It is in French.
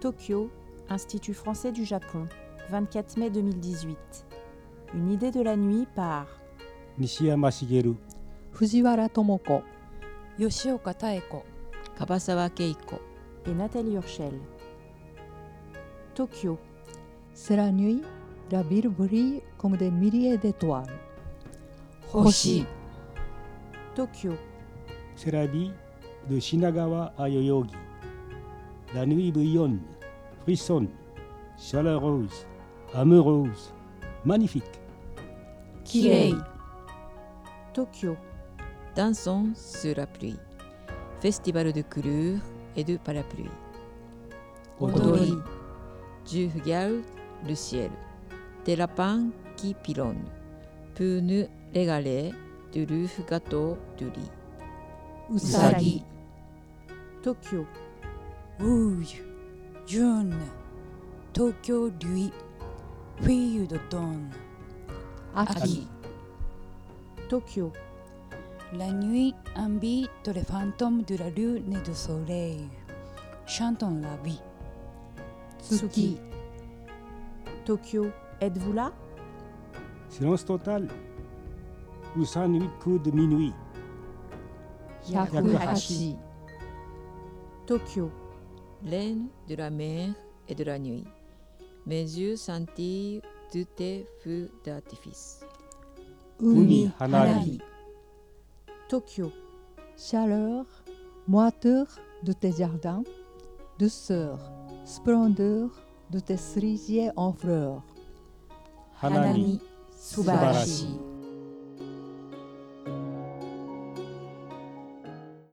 Tokyo, Institut français du Japon, 24 mai 2018. Une idée de la nuit par 西山茂藤原智子吉岡妙子樺沢恵子 et Nathalie Hurchel. Tokyo, C'est la nuit, la ville brille comme des milliers d'étoiles. Hoshi. Tokyo, C'est la vie de Shinagawa à Yoyogi. La nuit bouillonne, frissonne, chaleureuse, amoureuse, magnifique. Kirei. Tokyo, Dansons sur la pluie. Festival de couleurs et de parapluies. Odori. Je regarde le ciel. Des lapins qui pilonnent pour nous régaler de leur gâteau de riz. Usagi. Tokyo, Rouge, jaune, Tokyo lui, fille d'automne, Aki. Tokyo, la nuit invite les fantômes de la lune et du soleil. Chantons la vie. Tsuki. Tokyo, êtes-vous là Silence total où s'ennuie coup de minuit. Yakuhachi. Tokyo, Reine de la mer et de la nuit. Mes yeux sentirent tous tes feux d'artifice. Umi Hanari. Tokyo, Chaleur, moiteur de tes jardins, douceur, splendeur de tes cerisiers en fleurs. Hanami. Subarashi.